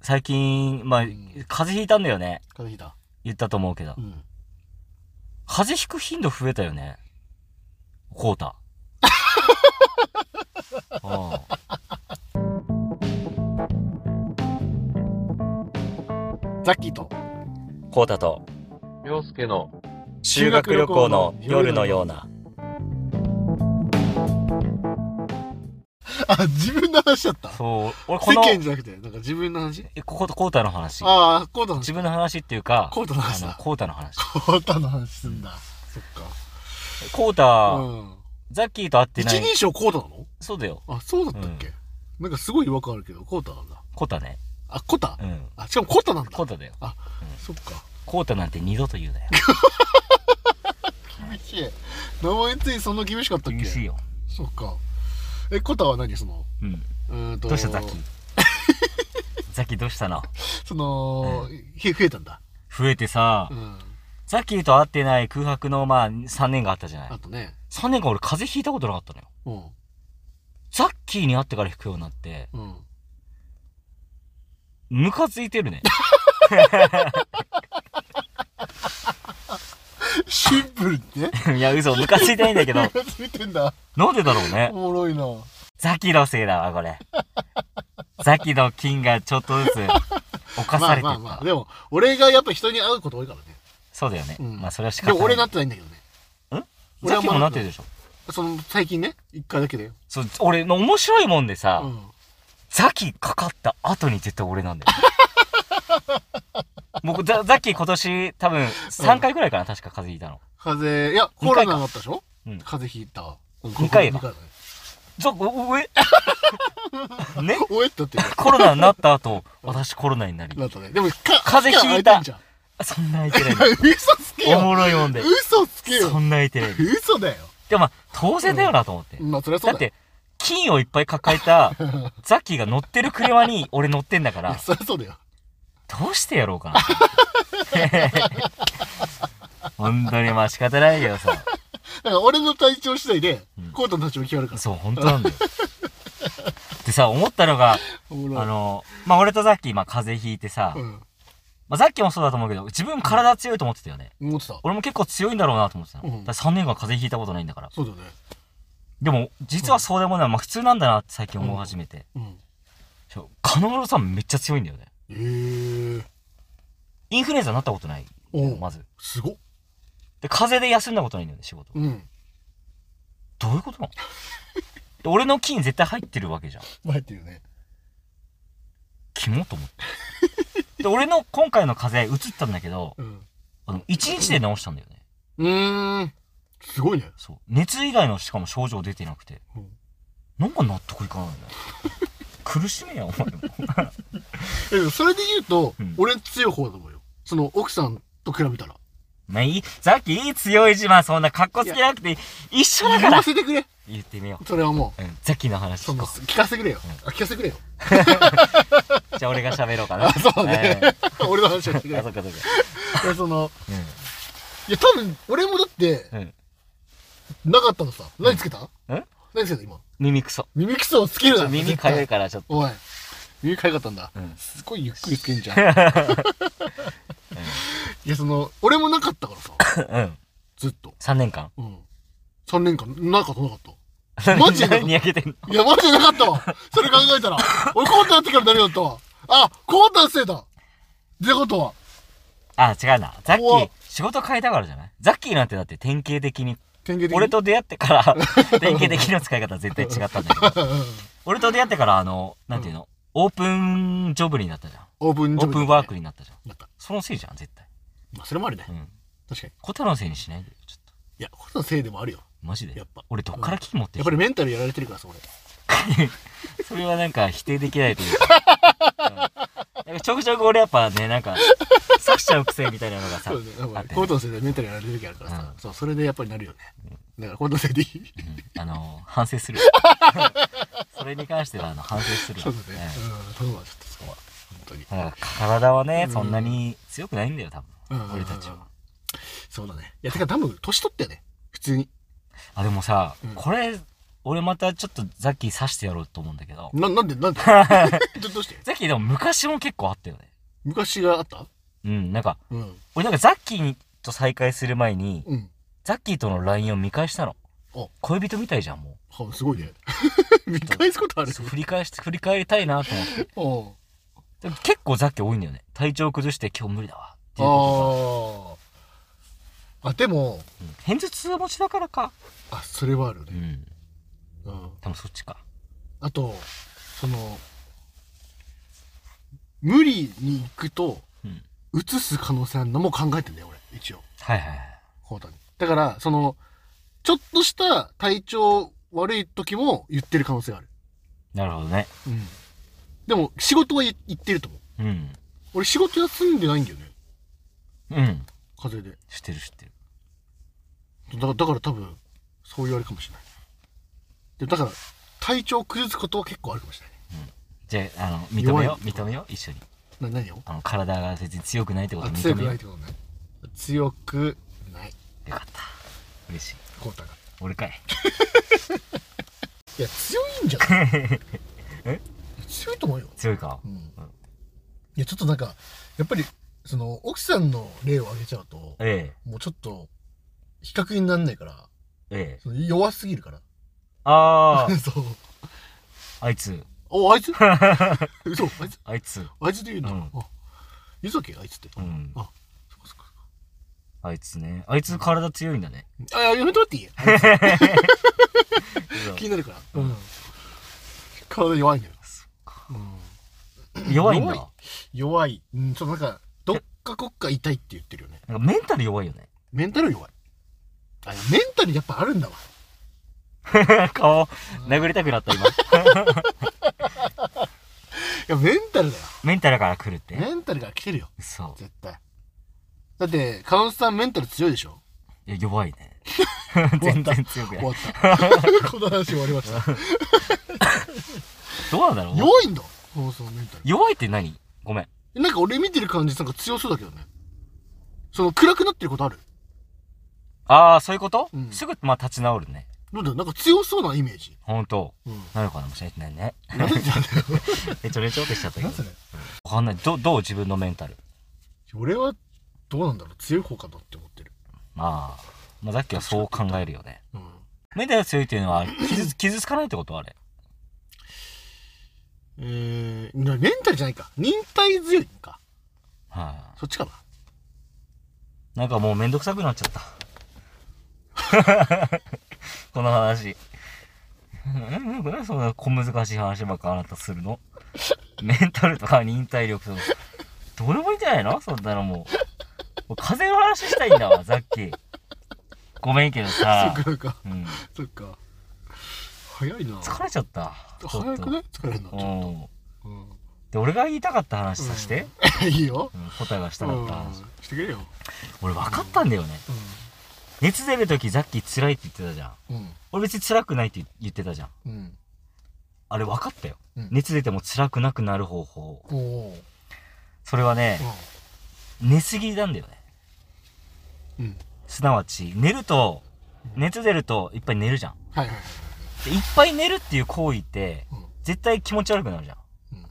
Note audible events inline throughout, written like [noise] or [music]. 最近、まあ、風邪ひいたんだよね。風邪ひいた。言ったと思うけどう。ん。風邪ひく頻度増えたよね。こう [laughs] た。うんザッキーと。コータと洋介の修学旅行の夜のような。あ、自分の話だった。そう、俺こ世の、間じゃなくて、なんか自分の話えこコータの話。ああ、コータの自話。分の話っていうか、コータの話だあのコータの [laughs] 話。コータの話すんだ。そっコーか。タ、うん。ザッキーと会って一ない。人称コータなのそうだよ。あ、そうだったっけなんかすごい違和感あるけど、コータなんだ。コータね。あ、コータうん。あ、しかもコータなんだコー。タだよ。そっか。コータなんて二度と言うなよ。厳しい。名前ついそんな厳しかったっ厳しいけよ。そっか。え、コータは何その、うん。うーんと。どうしたザッキ [laughs] ーザッキーどうしたのその、ひ増えたんだ。増えてさう、ん。ザッキーと会ってない空白のまあ3年があったじゃないあ。とね。 3年間俺風邪ひいたことなかったのよ。うん。ザッキーに会ってから引くようになって、うん。ムカついてるね。 [laughs] シンプルってね。いや、嘘、ムカついてないんだけど、 [laughs] [laughs] ついてんだ。なんでだろうねお。もろいな。ザキのせいだわ、これ。ザキの菌がちょっとずつ犯さまれてった。あまあまあ。でも、俺がやっぱ人に会うこと多いからね。そうだよね。うんまあ、それは仕で方もない。俺なってないんだけどね。俺ザはキまもだなってるでしょ。その、最近ね。一回だけだよ。そう、俺の面白いもんでさ、うん。ザキかかった後に絶対俺なんだよ。 [laughs] 僕、ザザキ今年多分3回くらいかな、確か風邪ひいたの。風邪、いや、コ二ロ回かナになったでしょうん風邪ひいた。二回だ二だね。ザお、おえ [laughs] ねおえってなってるコロナになった後、私コロナになり。なったね。でも、か風邪ひいた期間空てんじゃんそんな相手ない。嘘つけおよもろいもんで。嘘つけそよんな相手ない。嘘だよ。でもまあ、当然だよなと思って。まあ、そりゃそだうっだよ。て、金をいっぱい抱えたザッキーが乗ってる車に俺乗ってんだかいやら、そりゃそうだよ。どうしてやろうかな。 [laughs] 本当にまあ仕方ないけどさ。だから、俺の体調次第でうん、コートの体調決まるから。そう、本当なんだよ。 [laughs] でさ、思ったのが、おもろいあの、まあ俺とザッキー、まあ風邪ひいてさ、うん。まあザッキーもそうだと思うけど、自分体強いと思ってたよね。思ってた。俺も結構強いんだろうなと思ってたの。うんだ3年間風邪ひいたことないんだから。そうだよね。でも、実はそうでもない。まあ普通なんだなって最近思い始めて。うん。そう金丸さんめっちゃ強いんだよね。ええ。インフルエンザになったことない。おうまず。すごっ。で、風邪で休んだことないんだよね、仕事。うん。どういうことなので俺の菌絶対入ってるわけじゃん。入ってるよね。肝と思って。で、俺の今回の風邪移ったんだけど、うん。あの、1日で治したんだよね。うーん。すごいね。そう。熱以外のしかも症状出てなくて。うんなんか納得いかないんだよ。 [laughs] 苦しめや、お前も。えでもそれで言うと、うん俺強い方だと思うよ。その、奥さんと比べたら。まあいい、さっきいい強い自慢、そんな格好つけなくていい一緒だか言らわせてくれ。言ってみよそれはもう。うん、ザキのう。話そ聞の、こ聞かせてくれよ。あ聞かせてくれよ。う。じゃあ俺が喋ろうかな。あ、そうね。 [laughs] 俺の話をしてくれあ、よそ。っかそっか。いやその、うん。いや、多分、俺もだって、うんなかったのさ。何つけた、うん何つけた今。耳くそ。耳くそをつけるな。耳絶対かゆいからちょっと。おい。耳かゆかったんだ。うんすごいゆっくりつけ [laughs] んじゃん。いや、その、俺もなかったからさ。うん。ずっと。 3年間。うん。3年間、なかった、なかった。マジで何にやけてんのいや、マジでなかったわ。 [laughs] それ考えたら。俺、コータやってから何だったわ。あ、コータのせいだ。ってことは、あ、違うな。ザッキ怖ーっ、仕事変えたからじゃないザッキーなんてだって典型的に、典型的に俺、 [laughs] と出会ってから、 [laughs] 典型的な使い方は絶対違ったんだけど、うんうん俺と出会ってから、あの、なんていうの、オープンジョブになったじゃん。オープンオジョーブプンワークになったじゃん。だった。そのせいじゃん、絶対。まあ、それもあるね。うん。確かに。小太郎のせいにしないでよ、ちょっと。いや、コータのせいでもあるよ。マジで。やっぱ俺どっから危機持ってやきったぱりメンタルやられてるからさ、俺。それはなんか否定できないというか。うんなんかちょくちょく俺やっぱね、なんか、刺しちゃう癖みたいなのがさ、そうね。やっあぱっりてコーねトのせいでメンタルやられてる時あるからさ、そう、それでやっぱりなるよね。だからコートのせいでいい。うんあの、反省する。 [laughs] それに関しては、あの、反省するわ。そうだね。うんうん、そうだ、ちょっとそこは。本当に。だから体はね、うんそんなに強くないんだよ、多うん分。俺たちは。そうだね。いや、てか多分、年取ったよね。普通に。あ、でもさうん、これ、俺またちょっとザッキー刺してやろうと思うんだけど。な、なんで、な [laughs] んでどどうしてザッキーでも昔も結構あったよね。昔があったうん、なんか、うん。俺なんかザッキーと再会する前に、うん。ザッキーとの LINE を見返したのお。恋人みたいじゃん、もはす [laughs] ごいね。見返すことあう。るそう振り返して、振り返りたいなと思って。おうでも結構ザッキー多いんだよね。体調崩して今日無理だわ。っていうこああ。あ、でも、とが。うん偏頭痛持ちだからか。あ、それはあるうね。ん。うん。多分そっちか。あと、その、無理に行くと、うん。移す可能性あるのも考えてんだよ、俺。一応。はいはいはい。コータに。だから、その、ちょっとした体調悪い時も言ってる可能性がある。なるほどね。うん。でも、仕事は言ってると思う。うん。俺仕事休んでないんだよね。うん。風邪で。知ってる知ってる。だから、だから多分、そういうあれかもしれない。でだから、体調崩すことは結構あるかもしれないね。じゃあ、あの、認めよ弱う。い認めよう。一緒に。な、何をあの、体が別に強くないってことあを強認くめよないうっ。てことね。強くない。よかった。嬉しい。コータが。俺かい。いや、強い [laughs] んじゃないえ強いと思うよ。強いかう。ん。いや、ちょっとなんか、やっぱり、その、奥さんの例を挙げちゃうと、えもうちょっと、比較になんないから、え。ええ。その弱すぎるから。あ [laughs] そう。あ、あいつ。お、あ [laughs] いつ嘘、あいつあいつ。あいつって言うんだ。うんあ、言うとけ、あいつって。うん。あ、そっかそっかあいつね。あいつ体強いんだね。そっか。あ、やめとって [laughs] いいあいつ気になるから。うん。体弱いんだよ。弱いんだ。弱弱い。うん、ちょっとなんか、どっかこっか痛いって言ってるよね。なんかメンタル弱いよね。メンタル弱い。あ、いやメンタルやっぱあるんだわ。顔、殴りたくなった今。いや、メンタルだよ。メンタルから来るって。メンタルが来てるよ。嘘。絶対。だって、カウンスさんメンタル強いでしょいや、弱い [laughs] ね。全然強くな終わい。った。 [laughs] この話終わりました。どうなんだろう弱いんだ放送メンタル弱いって何ごめん。えなんか俺見てる感じなんか強そうだけどねその暗くなってることあるああ、そういうこと、うんすぐ、まあ、立ち直るね。なんだなんか強そうなイメージほんと。うんなのかなもしれないね。何でだよめちょれちょってしちゃったけど何。それわかんない。ど、どう自分のメンタル。俺はどうなんだろう強い方かなって思ってるまあ、まあ、さっきはそう考えるよね。うんメンタルが強いっていうのは、傷つ、傷つかないってことあれ。えー、なメンタルじゃないか忍耐強いのかはい、そっちかななんかもうめんどくさくなっちゃった。 [laughs] この話。なんかなんでそんな小難しい話ばっかあなたするのメンタルとか忍耐力とか。どれもいいんじゃないのそんなのもう。もう風の話したいんだわ、さっき。ごめんけどさそっ。かそっかうん。そっか早いな疲れちゃった。ちょっ早とくね疲れるのちうょん。っと、うんで、俺が言いたかった話さして。いいようん、答えがしたうかっんた話。してくれよ俺分かったんだよね。熱出るときさっき辛いって言ってたじゃん。うんうん俺別に辛くないって言ってたじゃん。うんあれ分かったよ。うん熱出ても辛くなくなる方法。おおーそれはね、寝すぎなんだよね。うんうんすなわち、寝ると、熱出るといっぱい寝るじゃん。はいはいはでいいっぱい寝るっていう行為って、はい絶対気持ち悪くなるじゃん。いうんうん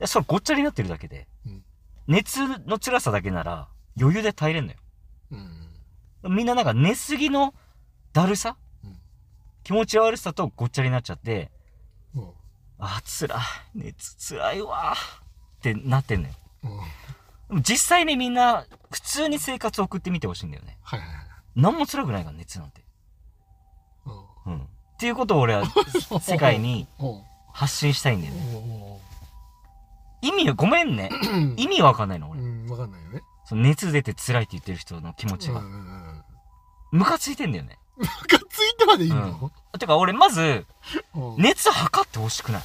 やそれごっちゃになってるだけで。うん熱の辛さだけなら、余裕で耐えれんのよ。うんみんななんか寝すぎのだるさ、うん気持ち悪さとごっちゃになっちゃって、うんあー、辛い。熱辛いわー。ってなってんのよ。うんでも実際にみんな、普通に生活を送ってみてほしいんだよね。はいはいはい何も辛くないから、熱なんて。ううん。っていうことを [laughs] 俺はん世界にうんうん発信したいんだよね。意味、ごめんね。うん意味わかんないの、う俺。んわかんないよねその熱出て辛いって言ってる人の気持ちうんうが。んうんムカついてんだよね。がついてまでいいのてか俺、まず、うん熱測ってほしくない。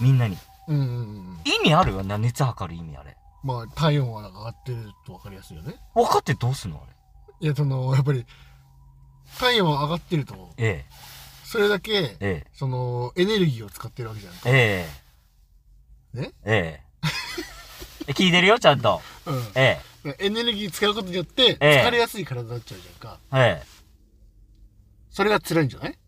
みんなに。うんうんうん意味あるよな、熱測る意味あれ。まあ体温は上がってるとわかりやすいよね分かってどうすんのあれ。いやそのやっぱり体温は上がってるとえそれだけえ、えそのエネルギーを使ってるわけじゃないえ、ええ。ねええ。聞いてるよ、ちゃんと。うんえだからエネルギー使うことによってええ疲れやすい体になっちゃうじゃんかえ、ええ。それが辛いんじゃない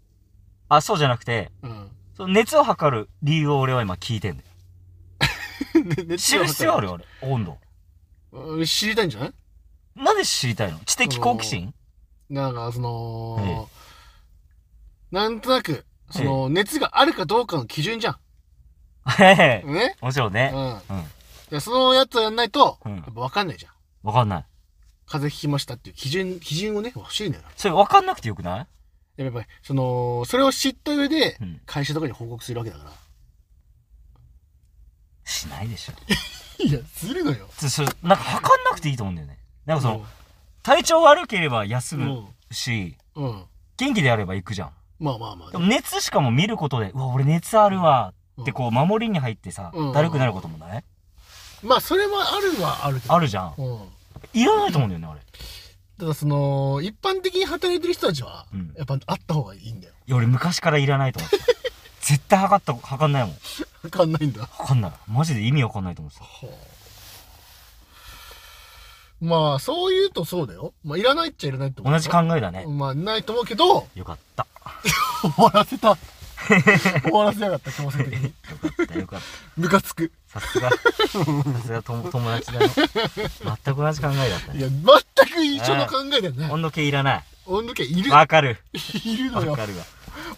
あ、そうじゃなくて、うん。 [laughs] その熱を測る理由を俺は今聞いてんだよ。ね熱知る必要あるよ、あれ。温度。うん知りたいんじゃないなんで知りたいの知的好奇心なんか、その、なんとなく、その、熱があるかどうかの基準じゃへへん。ねもちろんうん。ね。だかうん。らそのやつをやんないと、うんやっぱ分かんないじゃん。わかんない。風邪ひきましたっていう基準、基準をね、欲しいのよ。それわかんなくてよくないやっぱり、その、それを知った上でう、ん。会社とかに報告するわけだから。しないでしょ。いや、するのよ。つそれなんか測んなくていいと思うんだよね。なんかその、う体調悪ければ休んむし、うん。うん。元気であれば行くじゃん。まあまあまあで。も熱しかも見ることで、うわ、俺熱あるわうんってこう守りに入ってさうん、だるくなることもないまあ、それはあるはあるけど。あるじゃん。うん。いらないと思うんだよね、あれ。ただその、一般的に働いてる人たちはうん、やっぱあった方がいいんだよ。いや俺昔からいらないと思 [laughs] ってた。絶対測った、測んないもん。わかんないんだ。わかんない。マジで意味わかんないと思ってた。まあ、そう言うとそうだよ。まあ、いらないっちゃいらないと思う。同じ考えだね。まあ、ないと思うけど、よかった。終わらせた。終わらせやがった、強制的 [laughs] に。よかった、よかっムカつく。た。さすが、さすがとも友達だね。全く同じ考えだったいね。や、全く一緒の考えだよね。温度計いらない。温度計いる、わかる。いるわのよ。かるわ。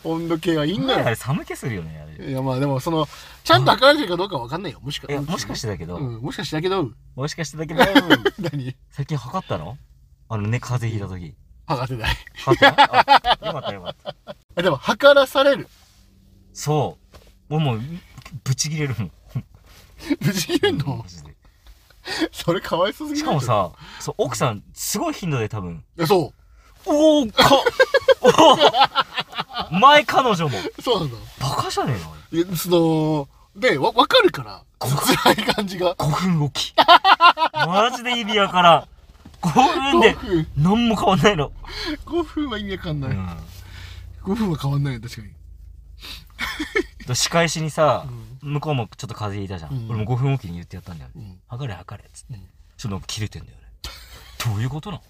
温度計はいんのあよ。れ寒気するよね、あれ。いや、まあでも、その、ちゃんと測られてるかどうかわかんないよ。もしかいや、もしかしてだけうど、ん、 [laughs] もしかしてだけど、もしかしてだけど、何最近測ったのあのね、風邪ひいた [laughs] 時。測せない。測ったのあよかったよかった。あでも、測らされる。そう。俺もう、ぶち切れるもん。無事言うのマジでそれかわいそうすぎしるかも、さ、そう、奥さん、すごい頻度で多分、いやそおーか、おー [laughs] 前彼女も、う。そうなんだ。バカじゃねえのいや、その、で、わ、わかるから。辛い感じが。 5分おき。マジで意味わからん。5分で5、分、何も変わんないの。 5分は意味わかんうない。ん。 5分は変わんないよ、確かに。仕返しにさ、向こうもちょっと風邪ひいたじゃん。うん俺も5分おきに言ってやったんだよね。うん。測れ測れ、つってうん。ちょっとなんか切れてんだよね。どういうことなの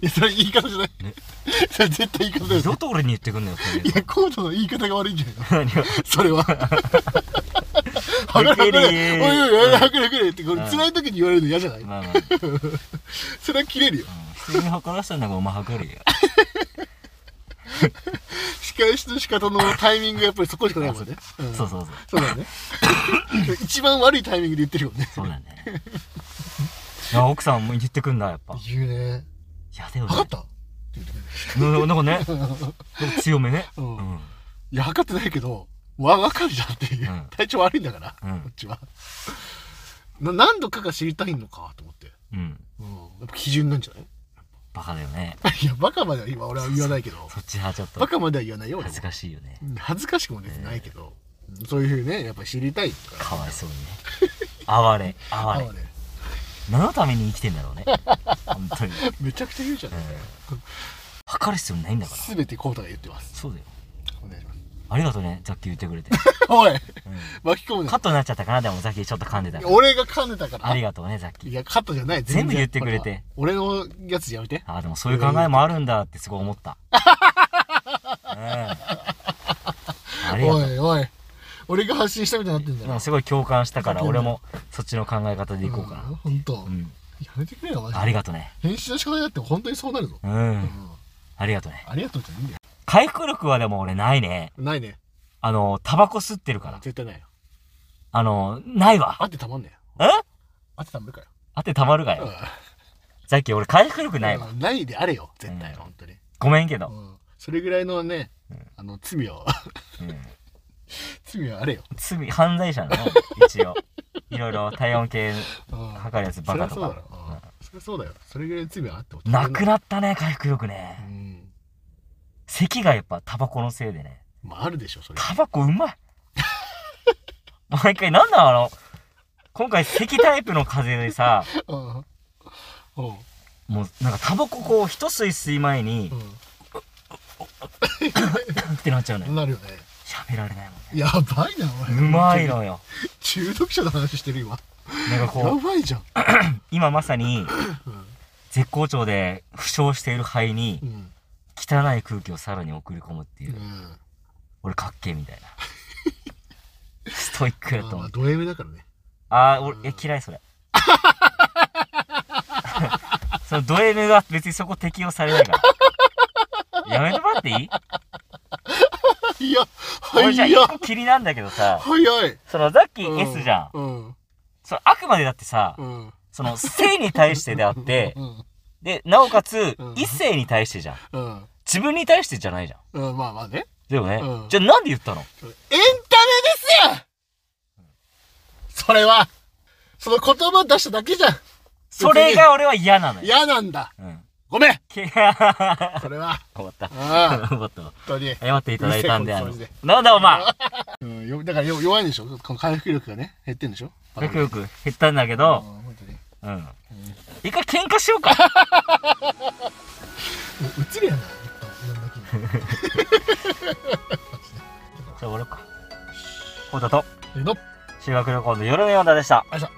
いや、それ言い方じゃないね。それ絶対言い方だ二よ。度と俺に言ってくんなよ、それい。や、コードの言い方が悪いんじゃないの何がそ [laughs] れは。はがれはがれ。おいおいおい、はがれはがれって、これうん辛い時に言われるの嫌じゃないまあまあ、うんそれは切れるよ。普通に測らせたんだからお前測 [laughs] れよ。仕返しの仕方のタイミングがやっぱりそこしかないもんね。うんそうそうそう。そ [laughs] うだね。一番悪いタイミングで言ってるよね。そうだね。いや奥さんも言ってくんな、やっぱ。い言うね。やだよね。測ったって言ってくななんかね、るなんか強めね。ううんん。うん。いや、測ってないけど、わ、わかるじゃんっていう。うん体調悪いんだから、うんこっちは。な何度かが知りたいのかと思って。うん。うん。やっぱ基準なんじゃないバカだよね。い [laughs] や、バカまでは今俺は言わないけど。そっち派ちょっとバ。カまでは言わないよ、俺恥もず。かしいよね。うん恥ずかしくも別にないけど、うんそういうふうにね、やっぱ知りたいかかわいそうにね。哀れ、ら。哀れあ。ね何のために生きてんだろうね。本当に。うんめちゃくちゃ言うじゃん。測る必要ないんだから。すべてコータが言ってます。そうだよ。お願い [laughs] します。ありがとうね、ザッキー言ってくれて。おいうん [laughs] 巻き込むカッ。なトになっちゃったかな、でもザッキーちょっと噛んでたから。俺が噛んでたから。ありがとうね、ザッキいー。や、カットじゃない。全部然言ってくれてこれは俺のやつやめて。ああ、でもそういう考えもあるんだってすごい思 [laughs] った。うん。ありがとおう。いおい。俺が発信したみたいになってんだでよも。すごい共感したから、ふざけ俺んなもそっちの考え方でいこうかんな。ほんとう。ん。やめてくれよ、マジで。ありがとね。編集の仕方だって本当にそうなるぞ。ううんん。。ありがとね。ありがとうじゃいいんだよ。回復力はでも俺ないね。ないね。あの、タバコ吸ってるから。絶対ないよ。あの、ないわ。あってたまんねえ。えあってたまるから。あってたまるかよ。うさっき俺回復力んないわ。うんないであれよ、絶対、うん本当に。ごめんけど。うん。それぐらいのね、あの、罪を、 [laughs] うん。罪はあれよ。罪、犯罪者なの一応。いろいろ体温計うん測るやつそバりカゃそとうだろか。。うんそりゃそうだよ。それぐらいの罪はあってほしいなくなったね、回復力うね。ん。咳がやっぱタバコのせいでね。まあ、あるでしょ、それ。タバコうまい。毎回なんだあの、今回咳タイプの風邪でさ、うん。うん。もうなんかタバコこう一吸い吸い前に、ってなっちゃうのうよん。。なるよね。喋られないもんね。やばいな、おう前。まい。のよ。中毒者の話してる、今。なんかやこう、ばいじゃん。今まさにうん絶好調で負傷している肺にうん。汚い空気をさらに送り込むっていうう。ん。俺かっけえみたいな。ストイックやまあとま思あう。ド M [laughs] だからね。あー、俺、え、嫌いそれ。 [laughs] そのド M が別にそこ適用されない [laughs] から。やめてもらっていいいや、俺じゃあ早い一個気になんだけどさ、早い。そのさっきうん S じゃん。うん。そのあくまでだってさ、うん。その性に対してであってう、ん。で、なおかつうん異性に対してじゃん。うん。自分に対してじゃないじゃん。うん。まあまあね。でもね、うんじゃあなんで言ったのエンタメですよそれは、その言葉出しただけじゃん。それが俺は嫌なのよ。嫌なんだ。うん。ごめんけ [laughs] 終それは。わった。 [laughs] ああ、終わったわ。本当に。謝っていただいたんで、あうのるせえ、なんだお前うん、よだからよ弱いんでしょこの回復力がね、減ってんでしょよくよく。く減ったんだけうん、ど、本当に。うん。一回喧嘩しようか。うつるやな。いろんな気分じゃあ俺か。コウタとえの修学旅行の夜のようだでした。あいしょ